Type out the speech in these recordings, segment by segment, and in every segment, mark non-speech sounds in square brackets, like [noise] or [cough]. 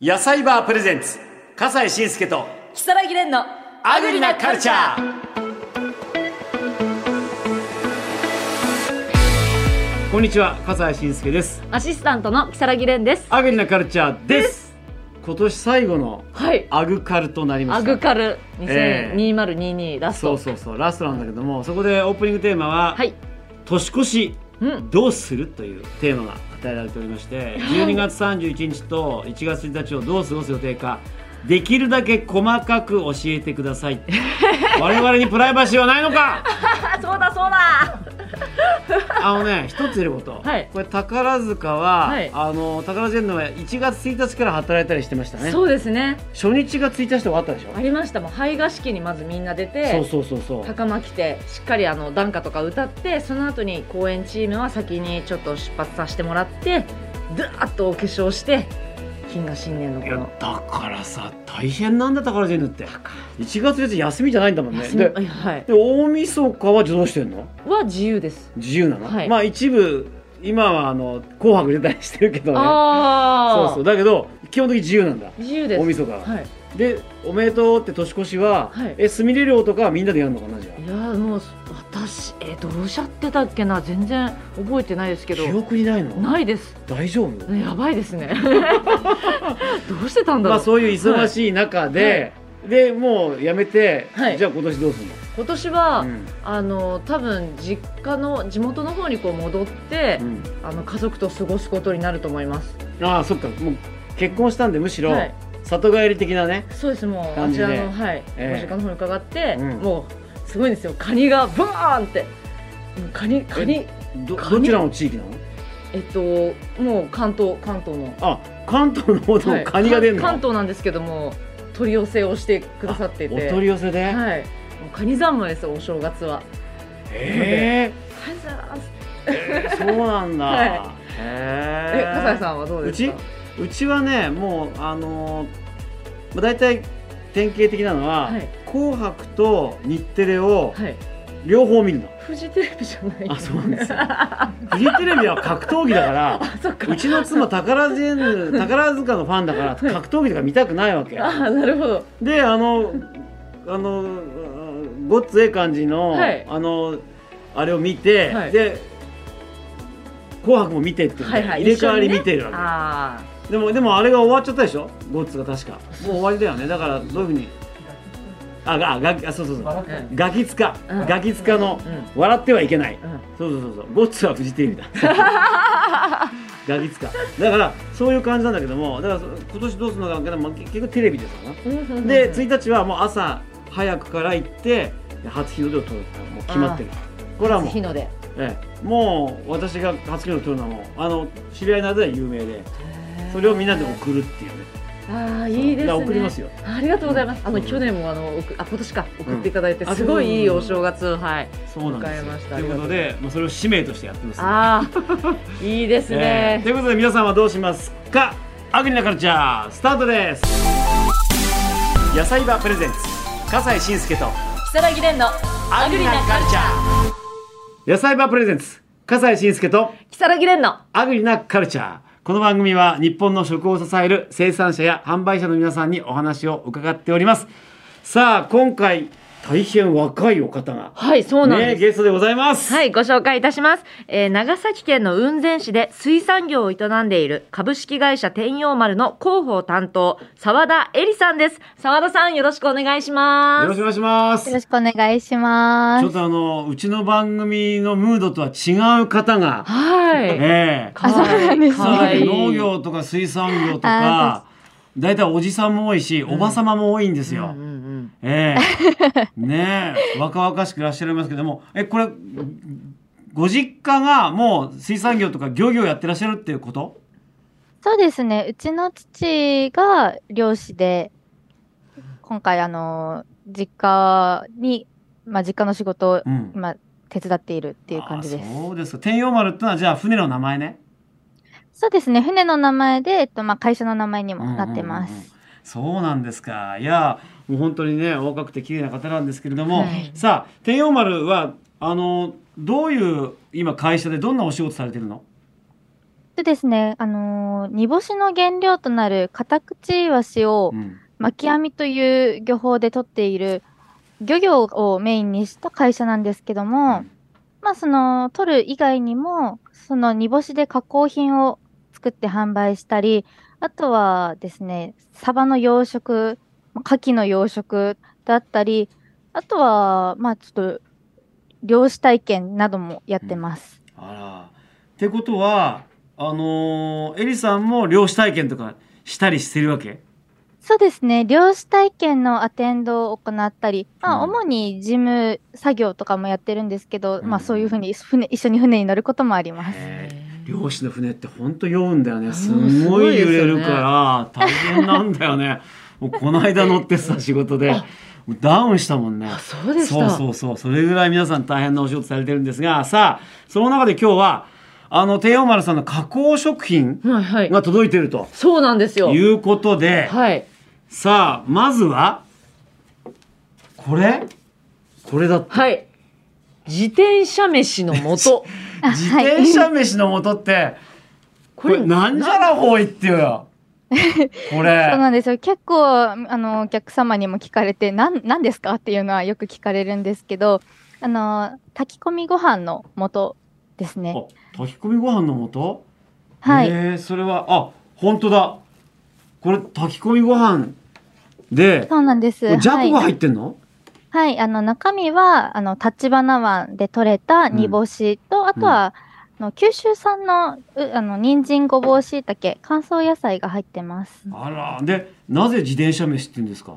野菜バープレゼンツ笠西慎介と木更木蓮のアグリなカルチャーこんにちは笠西慎介ですアシスタントの木更木蓮ですアグリなカルチャーです今年最後のはいアグカルとなりまアしたグカルええ2022ラスそトうそうそうラストなんだけどもそこでオープニングテーマは、はい年越しうんどうするというテーマが与えられておりまして12月31日と1月1日をどう過ごす予定かできるだけ細かく教えてくだ [laughs] さい我々にプライバシーはないのかあそうだそうだあのね一つ言えること、はいこれ宝塚は、はいあの宝ジェンヌは1月1日から働いたりしてましたねそうですね初日が1日で終わったでしょありましたもん排賀式にまずみんな出てそうそうそうそう袴着てしっかりあの短歌とか歌ってその後に公演チームは先にちょっと出発させてもらってドゥーッとお化粧して金河新年のこいやのだからさ大変なんだ宝ジェンヌって1月1日休みじゃないんだもんね休みではいはいで大晦日はどうしてんのは自由です自由なの、はいまあ一部今はあの「紅白」出たりしてるけどねあそあうそうだけど基本的に自由なんだ自由です大晦日は、はいでおめでとうって年越しは、はいえすみれ漁とかはみんなでやるのかなじゃいやもう私えどうしちゃってたっけな全然覚えてないですあけ記ど憶にないのないです大丈夫、ねやばい [laughs] ですねどうしてたんだろまあう、そういう忙しい中で、でもうやめて、はいじゃあ今年どうするの、今年は、うんあの多分実家の地元の方にこう戻って、うんあの家族と過ごすことになると思いますああそっかもう結婚したんでむしろ、はい里帰り的なねそうですもうあ感ちじでらのはい、ええご実家の方に伺って、うんもうすごいんですよカニがバーンってもうカニカニどカニどちらの地域なのえっともう関東関東のあ関東の方ではもいカニが出るの、か関東なんですけども取り寄せをしてくださっていてお取り寄せで、はいもうカニ三昧ですよお正月はええカニ三昧そうなんだ。はいええ笠井さんはどうですかううちはね、もう、あのーまあ、大体典型的なのは、はい紅白と日テレをはい両方見るの。フジテレビじゃないあそうなん [laughs] ですよあフジテレビは格闘技だ [laughs] から、そっかうちの妻宝ジェンヌ、宝塚のファンだから、格闘技とか見たくないわけ。あなるほどで、あの、あの、うんごっつええ感じの、はいあの、あれを見て、はいで、紅白も見てっていうね、はいはい入れ替わり一緒にね見てるわけ。ああでもでもあれが終わっちゃったでしょゴッツが確かもう終わりだよねだからどういうふうにあがあガキあそうそうそううんガキツカ、うんガキツカの、う笑ってはいけない、うんそうそうそうそうゴッツはフジテレ [laughs] ビだガキツカだからそういう感じなんだけどもだからそ今年どうするのかわかんないまあ結局テレビですわな、うんうんうんで1日はもう朝早くから行って初日の出を撮るってのはもう決まってるこれはもう日の出ええ、もう私が初日を撮るのはもうあの知り合いの間では有名でそれをみんなで送るっていうねああいいですだからね送りますよありがとうございますあのうん去年もあの送あ今年か送っていただいてうんあすごそういいいお正月はいそうなんですわかりましたということで、まあ、それを使命としてやってます、ああ [laughs] いいですええねということで皆さんはどうしますかアグリなカルチャースタートです野菜場プレゼンツ笠西慎介と木更木蓮のアグリなカルチャー野菜場プレゼンツ笠西慎介と木更木蓮のアグリなカルチャーこの番組は日本の食を支える生産者や販売者の皆さんにお話を伺っておりますさあ今回大変若いお方がはいそうなんねです、ゲストでございますはいご紹介いたします、えー長崎県の雲仙市で水産業を営んでいる株式会社天陽丸の広報担当澤田恵里さんです澤田さんよろしくお願いしよまろしすくお願いしますよろしくお願いしまちすょっ。とあのうちの番組のムードとは違う方が、はいええかそうなんですねかわいい農業とか水産業とかあ大体おじさんも多いし、おばさまも多いんですよ。うんうんええねえ若々しくいらっしゃいますけどもえこれご実家がもう水産業とか漁業やってらっしゃるっていうことそうですね。うちの父が漁師で、今回あの実家にまあ実家の仕事をうんまあ手伝っているっていう感じです。あそうですか天陽丸ってのはじゃあ船の名前ね。そうですね。船の名前でえっとまあ会社の名前にもなってまうんうんうんうんす。そうなんですか。いや、もう本当にね、お若くて綺麗な方なんですけれども、はいさあ、天陽丸はあのどういう今会社でどんなお仕事されてるの？でですね、あのー煮干しの原料となるカタクチイワシをうん巻き網という漁法で取っている漁業をメインにした会社なんですけども、まあその取る以外にも、その煮干しで加工品を作って販売したり、あとはですね、サバの養殖、まあ牡蠣の養殖だったり、あとは、まあちょっと、漁師体験などもやってます。あらってことはあのーエリさんも漁師体験とかしたりしてるわけそうですね、漁師体験のアテンドを行ったり、まあうん主に事務作業とかもやってるんですけど、うんまあそういうふうに船、一緒に船に乗ることもあります。へーへー漁師の船ってほんと酔うんだよねすすごごいいで揺すれよねるから大変なんだよ [laughs] ねもうこの間乗ってさ仕事であもうダウンしたもんねあそうでしそうた。そうそうそれぐらい皆さん大変なお仕事されてるんですがさあその中で今日はあの帝王丸さんの加工食品はいはい。が届いてるとそうなんですよい。うことで、はい。さあまずはこれこれだってはい。自転車飯の素。自転車飯の元って [laughs] これなんじゃらほいっていうよ [laughs] これそうなんですよ。結構、あの、お客様にも聞かれて、なん、なんですかっていうのはよく聞かれるんですけど、あの、炊き込みご飯の素ですね。あ炊き込みご飯の素はいえーそれはあ本当だこれ炊き込みご飯でそうなんです。じゃはこいが。入ってんの、はい、あの、中身は、あの、立花湾で採れた煮干しと、あとは、あの九州産の、うあの、人参、ごぼう、しいたけ、乾燥野菜が入ってます。あらでなぜ自転車飯って言うんですか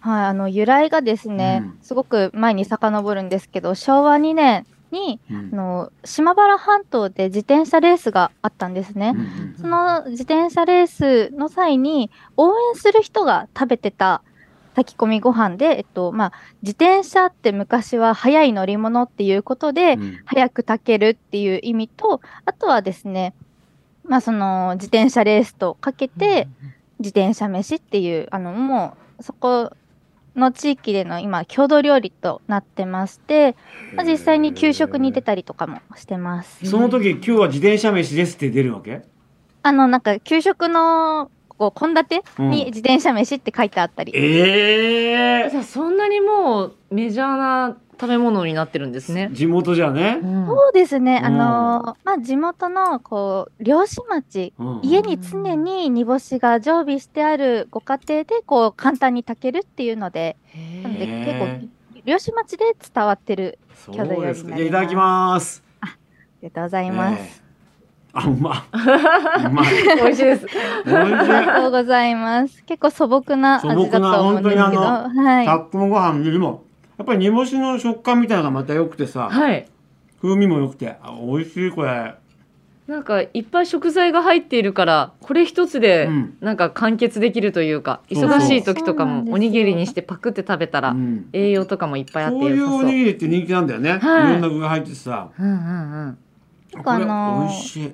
はい、あの、由来がですね、うんすごく前に遡るんですけど、昭和2年に、うんあの島原半島で自転車レースがあったんですね。うんうんその自転車レースの際に応援する人が食べてた炊き込みご飯で、えっとまあ、自転車って昔は速い乗り物っていうことで、うん早く炊けるっていう意味とあとはですね、まあ、その自転車レースとかけて、自転車飯っていうあのもうそこの地域での今郷土料理となってまして、まあ、実際に給食に出たりとかもしてます。その時今日は自転車飯ですって出るわけ、あの、なんか、給食の、こう、献立うんに自転車飯って書いてあったり。ええ [laughs] じゃあそんなにもうメジャーな食べ物になってるんですね。地元じゃね、んそうですね。うんあの、まあ、地元の、こう、漁師町。うん家に常に煮干しが常備してあるご家庭で、こう、簡単に炊けるっていうので、へなのーで、へ結ー構、漁師町で伝わってる。そうですか郷土料理じゃあになりますいただきますありがとうございまえす。えあうまうまい美味し [laughs] いです。おいしいありがとうございます。結構素朴な味だと思うんです素朴けど、なはい。炊き込みご飯よりもやっぱり煮干しの食感みたいなのがまた良くてさはい。風味も良くてあ美味しいこれなんかいっぱい食材が入っているからこれ一つでうんなんか完結できるというか、そうそう忙しい時とかそうなんもですよおにぎりにしてパクって食べたうらん栄養とかもいっぱいあってこう良いうさそう。おうんにぎりって人気なんだよねいはいろんな具が入っててさうんうん。これ構あのー美味しい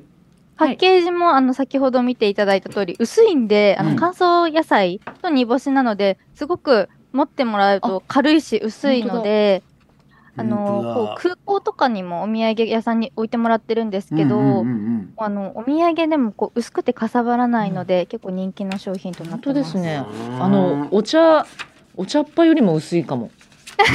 パッケージも、あの先ほど見ていただいた通り薄いんであうんの乾燥野菜と煮干しなので、すごく持ってもらうと軽いし薄いので本当あだのこう空港とかにもお土産屋さんに置いてもらってるんですけど、うんうんうんうんあのお土産でもこう薄くてかさばらないので、結構人気の商品とな本って当ます。ですね。うんあのお茶お茶っ葉よりも薄いかも。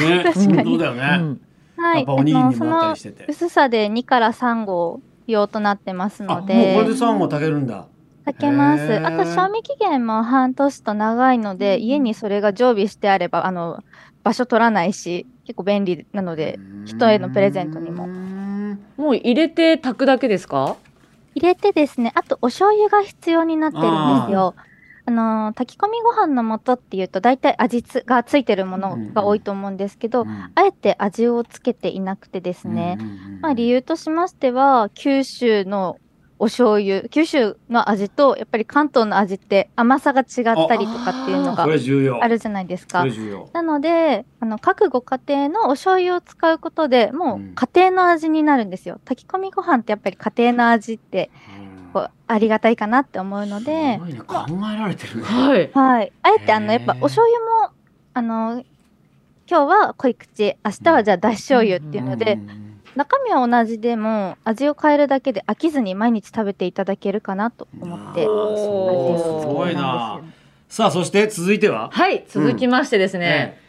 ね [laughs] 確かに本当だよねうやん。はい、っぱおにぎりあにのそもなったのりしてて薄さで2から3号用となってますあものうこでれで三合炊けるんだ炊けまへす。ーあと賞味期限も半年と長いので、うん家にそれが常備してあれば、あの、場所取らないし、結構便利なので、人へのプレゼントにもももう入れて炊くだけですか？入れてですね、あとお醤油が必要になってるんですよ。あのー、炊き込みご飯の素っていうと、大体味つがついてるものが多いと思うんですけど、あえて味をつけていなくてですね、まあ、理由としましては九州のお醤油九州の味とやっぱり関東の味って甘さが違ったりとかっていうのこがれ重要あるじゃないですこかれ。重要なのであの各ご家庭のお醤油を使うことでもうんう家庭の味になるんですよ。炊き込みご飯ってやっぱり家庭の味ってこうありがたいかなって思うのすで、ごいね考えられてるねはい。はい、あえてあのへやーっぱお醤油もあの今日は濃い口明日はじゃあだし醤油っていうので、んんん中身は同じでも味を変えるだけで飽きずに毎日食べていただけるかなと思ってあーおー味そうをすすごいななんですよさあそして続いては、はい、続きましてですね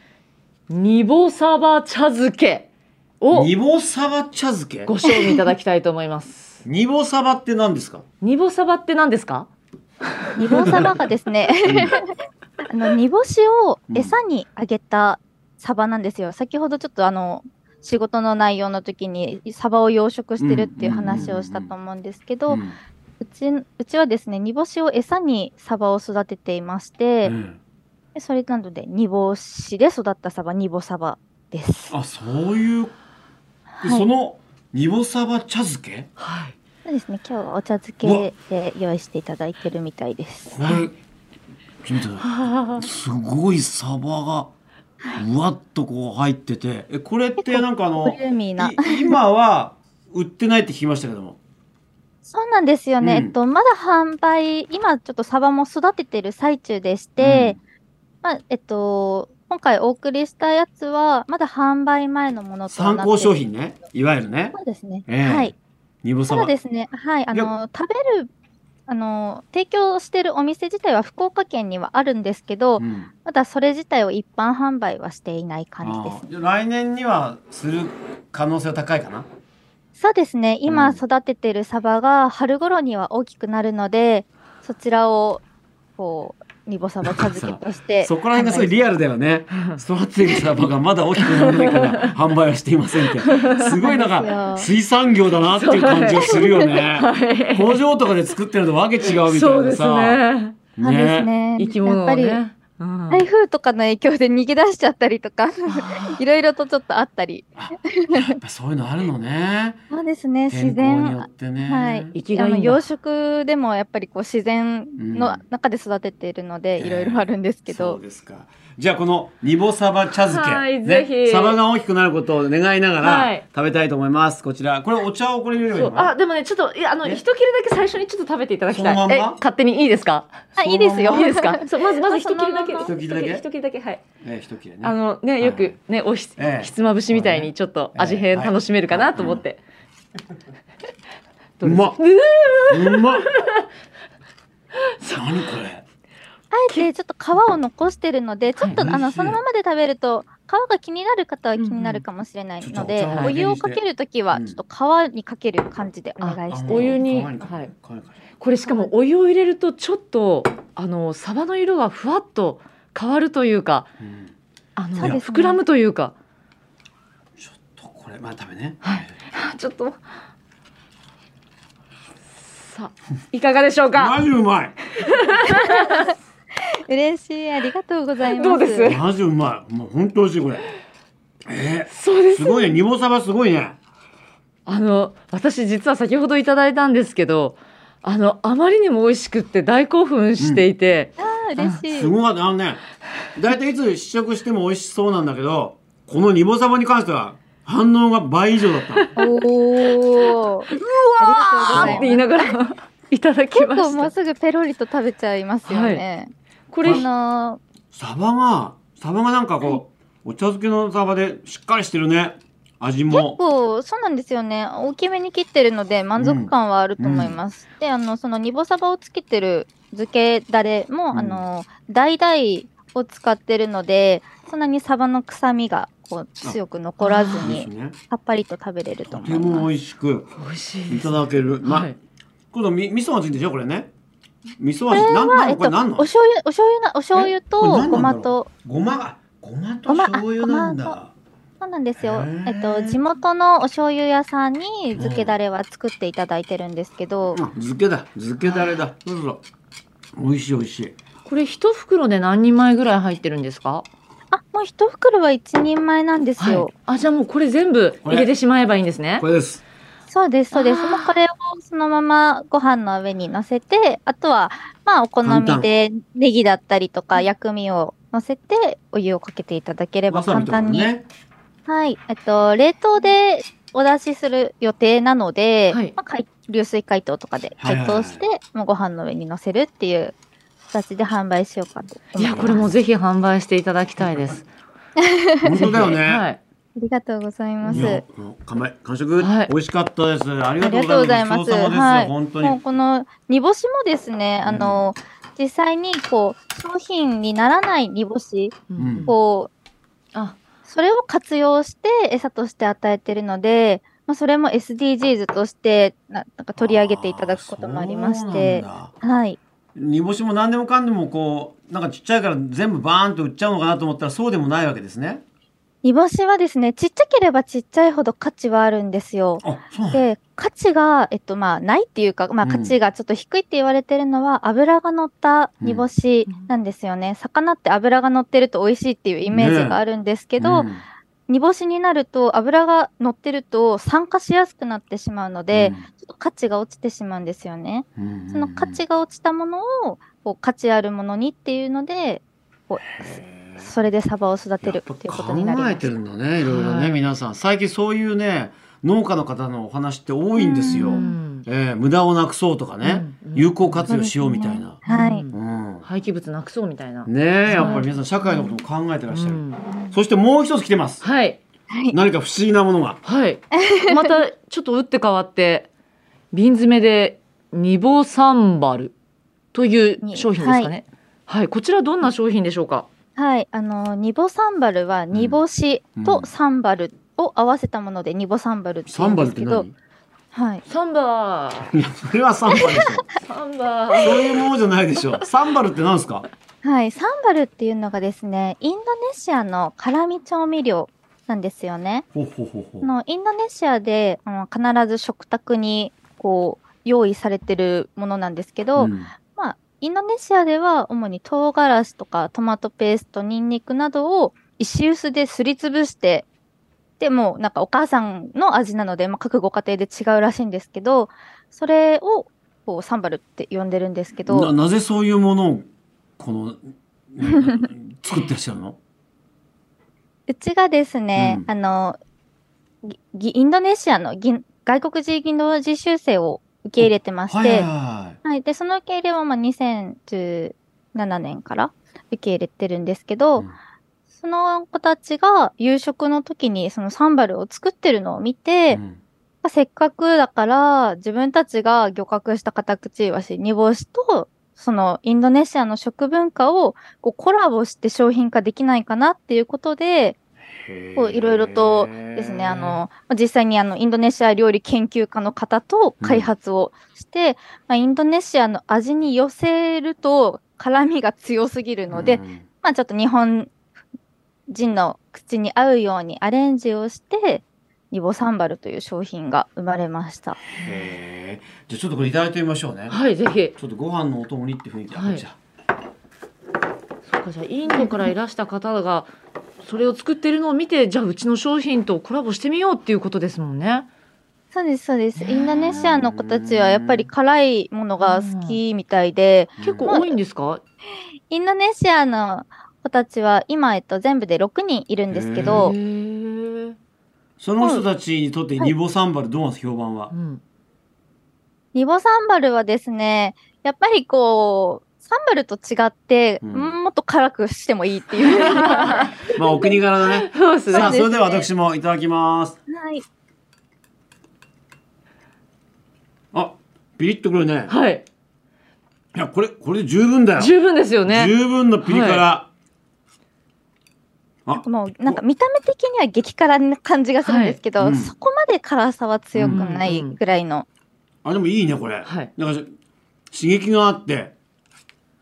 ね、ニボサバ茶漬けをニボサバ茶漬けご賞味いただきたいと思います。 [laughs] ニボサバって何ですかニボサバって何ですか？煮干サバがですねあの煮干しを餌にあげたサバなんですよ先ほどちょっとあの仕事の内容の時にサバを養殖してるっていう話をしたと思うんですけど、うんうちうちはですね煮干しを餌にサバを育てていまして、うんでそれなので煮干しで育ったサバ煮干サバです。あそういう、ではいそのニボサバ茶漬けはい。そうですね今日はお茶漬けで用意していただいてるみたいです。これ君たちすごいサバがうわっとこう入っててえこれってなんかあボの。リューミーない今は売ってないって聞きましたけどもそうなんですよね。うんえっとまだ販売今ちょっとサバも育ててる最中でして、まあえっと今回お送りしたやつはまだ販売前のものとなっ参て考商品ねいわゆるねそうですね。ええはい。ニボサたバだですね、はい、あいやの食べるあの提供してるお店自体は福岡県にはあるんですけど、うんまだそれ自体を一般販売はしていない感じですあね。ーじゃあ来年にはする可能性は高いかなそうですね、う今ん育ててるサバが春頃には大きくなるので、そちらをこうニボサバ茶漬けとして、そこら辺がすごいリアルだよね育ててるサバがまだ大きくならないから販売はしていませんってすごいなんそうなんかです水産業だなっていう感じがするよね [laughs] は工場とかで作ってるのとわけ違うい。みたそいうなですさね。なんですね。生き物やっをぱりね。うん台風とかの影響で逃げ出しちゃったり [laughs] とか、あいろいろとちょっとあったり。やっぱそういうのあるのねそうですね、天自候によ然ってね、はい生きがいいんあだの養殖でもやっぱりこう自然うのん中で育てているのでええいろいろあるんですけそうど、ですかじゃあこのニボサバ茶漬け、はいねぜひサバが大きくなることを願いながはらい食べたいと思いますこちらこれお茶をこれ入れればいいそうのかなあでもねちょっといやあのえ一切れだけ最初にちょっと食べていただきたいそのまんまえ勝手にいいですかあいいですよいいです [laughs] かそうまずまず一切れだけあそのまんま一切れだけ一切れだけはいええ一切れねあのねよくねおひつええひつまぶしみたいにちょっと味変楽しめるかなと思ってどうですまっう [laughs] まっ何これあえてちょっと皮を残してるのでちょっと、はいあ美味のしいそのままで食べると皮が気になる方は気になるかもしれないので、うんうんちょっとお茶をお湯をかけるときはうんちょっと皮にかける感じでお願いしあて、お湯にあもう皮はい皮にかこれしかもお湯を入れるとちょっとあのサバの色がふわっと変わるというかけうんあの、そうですね膨らむというかちょっとこれまあ食べねはいあちょっとさあいかがでしょうかマジうまい嬉しいありがとうございます。どうですマジうまいもう本当美味しいこれえそうでー、すごいねニボサバすごいねあの私実は先ほどいただいたんですけどあのあまりにも美味しくって大興奮していて、あー嬉しすい。ごかったあのね大体いつ試食しても美味しそうなんだけどこのニボサバに関しては反応が倍以上だったのおお。うわああーりがとうございってます言いながらいただきま結構もうしたすぐペロリと食べちゃいますよね。これあのサバがサバがなんかこう、お茶漬けのサバでしっかりしてるね味ーも結構そうなんですよね。大きめに切ってるので満足感はあると思います。で、あのそのニボサバをつけてる漬けだれも、うんあの代々を使ってるので、そんなにサバの臭みがこう強く残らずですにねさっぱりと食べれるとと思ていもます。美味しく美味しいいですただける、まはあい、今度み味噌がついてるでしょこれね味噌こ味れなんはなえんっことれ何なのお醤油お醤油なお醤油えこれと何ごなまんだろとごまがごまとごまあ醤油なんだそうなんですよへ。ーえっと、地元のお醤油屋さんに漬けだれは作っていただいてるんですけど、あ漬けだ漬けだれだそうそうそう美味しい美味しいこれ一袋で何人前ぐらい入ってるんですかあ、もう一袋は一人前なんですよ。あじゃあもうこれ全部入れてしまえばいいんですねこれですそうです、そうです。あーもうこれをそのままご飯の上に乗せて、あとは、まあ、お好みでネギだったりとか薬味を乗せて、お湯をかけていただければわさびと簡か単もに。ねはい。えっと、冷凍でお出しする予定なので、はいまあ解流水解凍とかではいはい解はい凍して、もうご飯の上に乗せるっていう形で販売しようかと思いやますこれもうぜひ販売していただきたいです本当だよね、 [laughs] はいりがとうございまいす。や、もう完売完食、はい美味しかったです。ありあがりとがとううごござざいいま。ますす。ごちそうさまです、はい、本当もうに。この煮干しもですね、あの、実際にこう商品にならない煮干しうんこうあそれを活用して餌として与えてるので、まあそれも SDGs としてななんか取り上げていただくこともありましあーてそう、なんだはい、煮干しも何でもかんでもこうなんかちっちゃいから全部バーンと売っちゃうのかなと思ったらそうでもないわけですね。煮干しはですね、ちっちゃければちっちゃいほど価値はあるんですよ。あ、そうなんだ。で、価値が、えっと、まあ、ないっていうか、まあ、うん価値がちょっと低いって言われてるのは、油が乗った煮干しなんですよね。魚って油が乗ってると美味しいっていうイメージがあるんですけど、うん煮干しになると油が乗ってると酸化しやすくなってしまうので、ちょっと価値が落ちてしまうんですよね。うんその価値が落ちたものを、こう価値あるものにっていうので、こうそれでサバを育てるっていうことになりやまっぱ考えてす。るんだねいろいろね、はい皆さん最近そういうね農家の方のお話って多いんですよ。うえー無駄をなくそうとかね、有効活用しようみたいな。はうい。うんん廃棄物なくそうみたいな。ねえやっぱり皆さん社会のことも考えてらっしゃる、うんそしてもう一つ来てますはいはい。何か不思議なものがはいまたちょっと打って変わって瓶詰めでニボサンバルという商品ですかね。はい、こちらどんな商品でしょうか。はい、あのニボサンバルは煮干しうとんサンバルを合わせたものでニボサンバルってサ言うンんバでルっすてけど、何はい、サンバーいやそれはサンバルでしょ [laughs] サンバー。そういうものじゃないでしょ。サンバルってなんですか。はい、サンバルっていうのがですね、インドネシアの辛味調味料なんですよね。ほほほほあ。のインドネシアであの必ず食卓にこう用意されてるものなんですけど、うんインドネシアでは主に唐辛子とかトマトペースト、ニンニクなどを石臼ですりつぶして、でもうなんかお母さんの味なので、まあ、各ご家庭で違うらしいんですけど、それをこうサンバルって呼んでるんですけなど、なぜそういうものをこのな作ってらっしゃるの。うちがですね、うんあの、ぎぎインドネシアのぎ外国人技能実習生を受け入れてま [laughs] して、はいはいははい。で、その受け入れは、まあ、2017年から受け入れてるんですけど、うんその子たちが夕食の時にそのサンバルを作ってるのを見い。て、うんまあせっかくだから自分たちが漁獲したカタクチイワシ、煮干しと、そのインドネシアの食文化をこうコラボして商品化できないかなっていうことで、こういろいろとですね、あ。の、まあ実際にあの、インドネシア料理研究家の方と開発をして、まあ、インドネシアの味に寄せると辛味が強すぎるので、うんまあちょっと日本人の口に合うようにアレンジをして、ニボサンバルという商品が生まれました。へえ。じゃあちょっとこれいただいてみましょうね。はい、ぜひ。ちょっとご飯のお供にって雰囲気。あはいこっちだそうかじゃあインドからいらした方がそれを作ってるのを見てじゃあうちの商品とコラボしてみようっていうことですもんね。そうです、そうです。ねえインドネシアの子たちはやっぱり辛いものが好きみたいで、結構多いんですか。インドネシアの子たちは今、えっと、全部で6人いるんですけうどへ、ーその人たちにとってニボサンバルどうなんですか評判はう。ん。。ニボサンバルはですね、やっぱりこう、サンバルと違って、うんもっと辛くしてもいいっていう。 [laughs] はまあお国柄だねそうですね。さあそれでは私もいただきます。い。あピリッとくるね。はい。いやこれこれで十分だよ。十分ですよね。十分のピリ辛、もうなんか見た目的には激辛な感じがするんですけど、はいうんそこまで辛さは強くないぐらいの。あでもいいねこれ、はいなんか刺激があって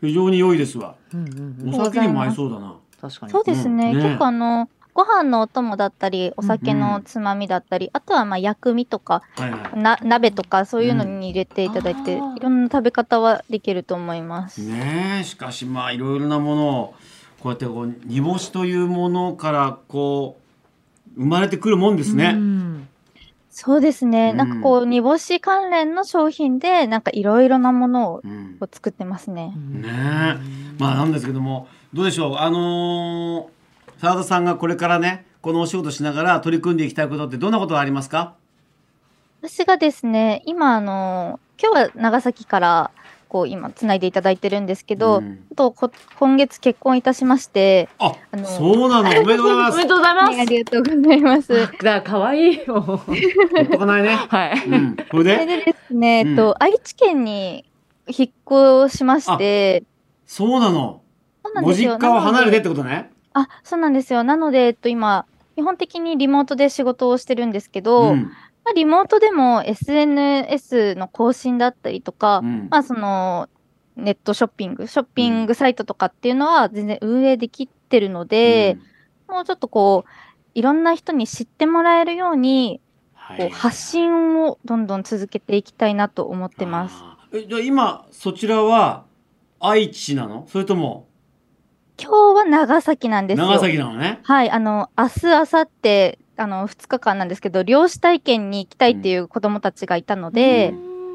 非常に良いですわうんうんうんお酒にも合いそうだな確かに。そうですね。うんね結構あの、ご飯のお供だったり、お酒のつまみだったり、あとはまあ薬味とか、はいはな鍋とかそういうのに入れていただいて、うんあーいろんな食べ方はできると思います。いねえしかしまあいろいろなものをこうやってこう煮干しというものからこう生まれてくるもんですうね、んそうですね。うんなんかこう、煮干し関連の商品で、なんかいろいろなものをうんこう作ってますね。ねえまあなんですけどもどうでしょうあのー、澤田さんがこれからねこのお仕事しながら取り組んでいきたいことってどんなことがありますか私がですね、今あの、今日は長崎からこう今つないでいただいてるんですけけど、ちょっとこ今月結婚いたしまして、ああのそうなのおめでとうございまお [laughs] めすでとうございまあす。りがとうございだます。から可愛いよ。ほっとかないねはい。うんこれそれででですね、うんえっと、愛知県に引っ越しまして、そうなのそうなんごですよ。実家を離れてっなのでてことねあ、そうなんですよ。なので、えっと、今、基本的にリモートで仕事をしてるんですけど、んまあ、リモートでも SNS の更新だったりとか、うんまあそのネットショッピング、ショッピングサイトとかっていうのは全然運営できてるので、もうちょっとこう、いろんな人に知ってもらえるように、はいこう発信をどんどん続けていきたいなと思ってます。あーえじゃあ今そちらは愛知なのそれとも今日は長崎なんですよ。長崎なのねはい、あの、明日、明後日、あの、2日間なんですけど、漁師体験に行きたいっていう子供たちがいたので、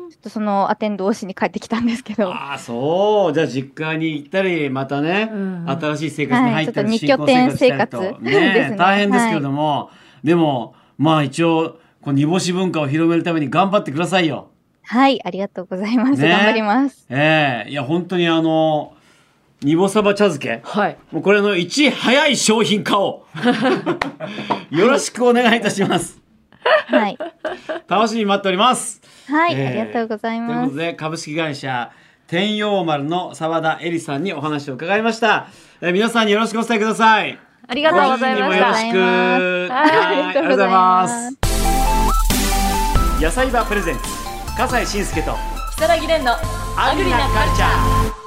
うちょっとそのアテンドをしに帰ってきたんですけど、ああそうじゃあ実家に行ったりまたね、うん新しい生活に入ったり、はい新婚したりとちょっと二拠点生活ねですね大変ですけれども、でもまあ一応こう煮干し文化を広めるために頑張ってくださいよ。はい、ありがとうございます。ね頑張ります。ええいや本当にあの煮干さば茶漬けはい。もうこれのいち早い商品化 [laughs] をよろしくお願いいたします。はい。楽しみに待っております。は [laughs] い、えーありがとうございというまこすと。で株式会社天陽丸の澤田恵里さんにお話を伺いました。えー皆さんによろしくお伝えください。ありがとうございましごた主。人にもよろしく。はいはいあありがりがとうございますとうございます。野菜場プレゼンツ、笠西慎介とさらぎれんのアグリなカルチャー。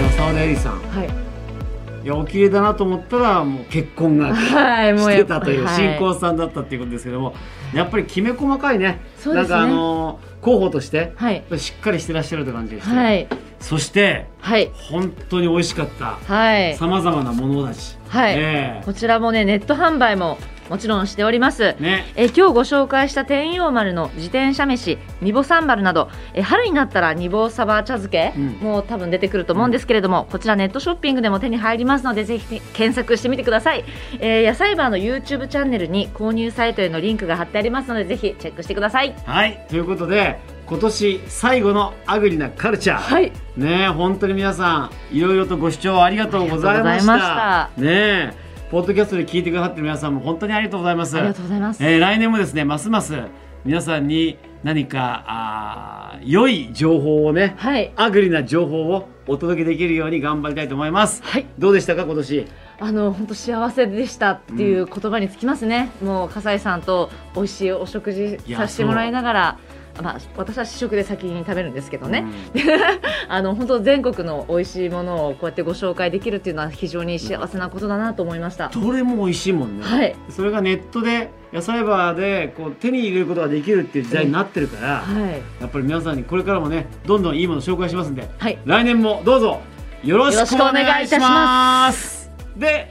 いや澤田恵里さん、はい。いやお綺麗だなと思ったらもう結婚がはい、もしうやてっぱたというはい新婚さんだったっていうことですけども、やっぱりきめ細かいね。そうなでんすねかあの候補としてやっはい。ぱりしっかりしてらっしゃるって感じがして、はい。そしてはい。本当に美味しかったはい。さまざまなものたち。はい。ねこちらもね、ネット販売ももちろんしておりますえ。ねえ今日ご紹介した天陽丸の自転車飯ニボサンバルなどえ春になったらニボサバ茶漬け、うんもう多分出てくると思うんですけれども、こちらネットショッピングでも手に入りますのでぜひ検索してみてください、えー野菜バーの YouTube チャンネルに購入サイトへのリンクが貼ってありますのでぜひチェックしてくださいはいということで今年最後のアグリなカルチャー、はいねえ本当に皆さんいろいろとご視聴ありがとうございましたあねえポッドキャストで聞いてくださってる皆さんも本当にありがとうございますありがとうございます、えー来年もですねますます皆さんに何かあー良い情報をねはいアグリな情報をお届けできるように頑張りたいと思いますはいどうでしたか今年あの本当幸せでしたっていう言葉につきますね、もう笠井さんと美味しいお食事いやさせてもらいながらまあ、私は試食で先に食べるんですけどね、うんあの本当全国の美味しいものをこうやってご紹介できるっていうのは非常に幸せなことだなと思いました。どれも美味しいもんね、はいそれがネットで野菜バーでこう手に入れることができるっていう時代になってるから、はい、やっぱり皆さんにこれからもねどんどんいいもの紹介しますんではい、来年もどうぞよろしくお願いしますで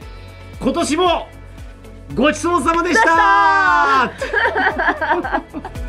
今年もごちそうさまでした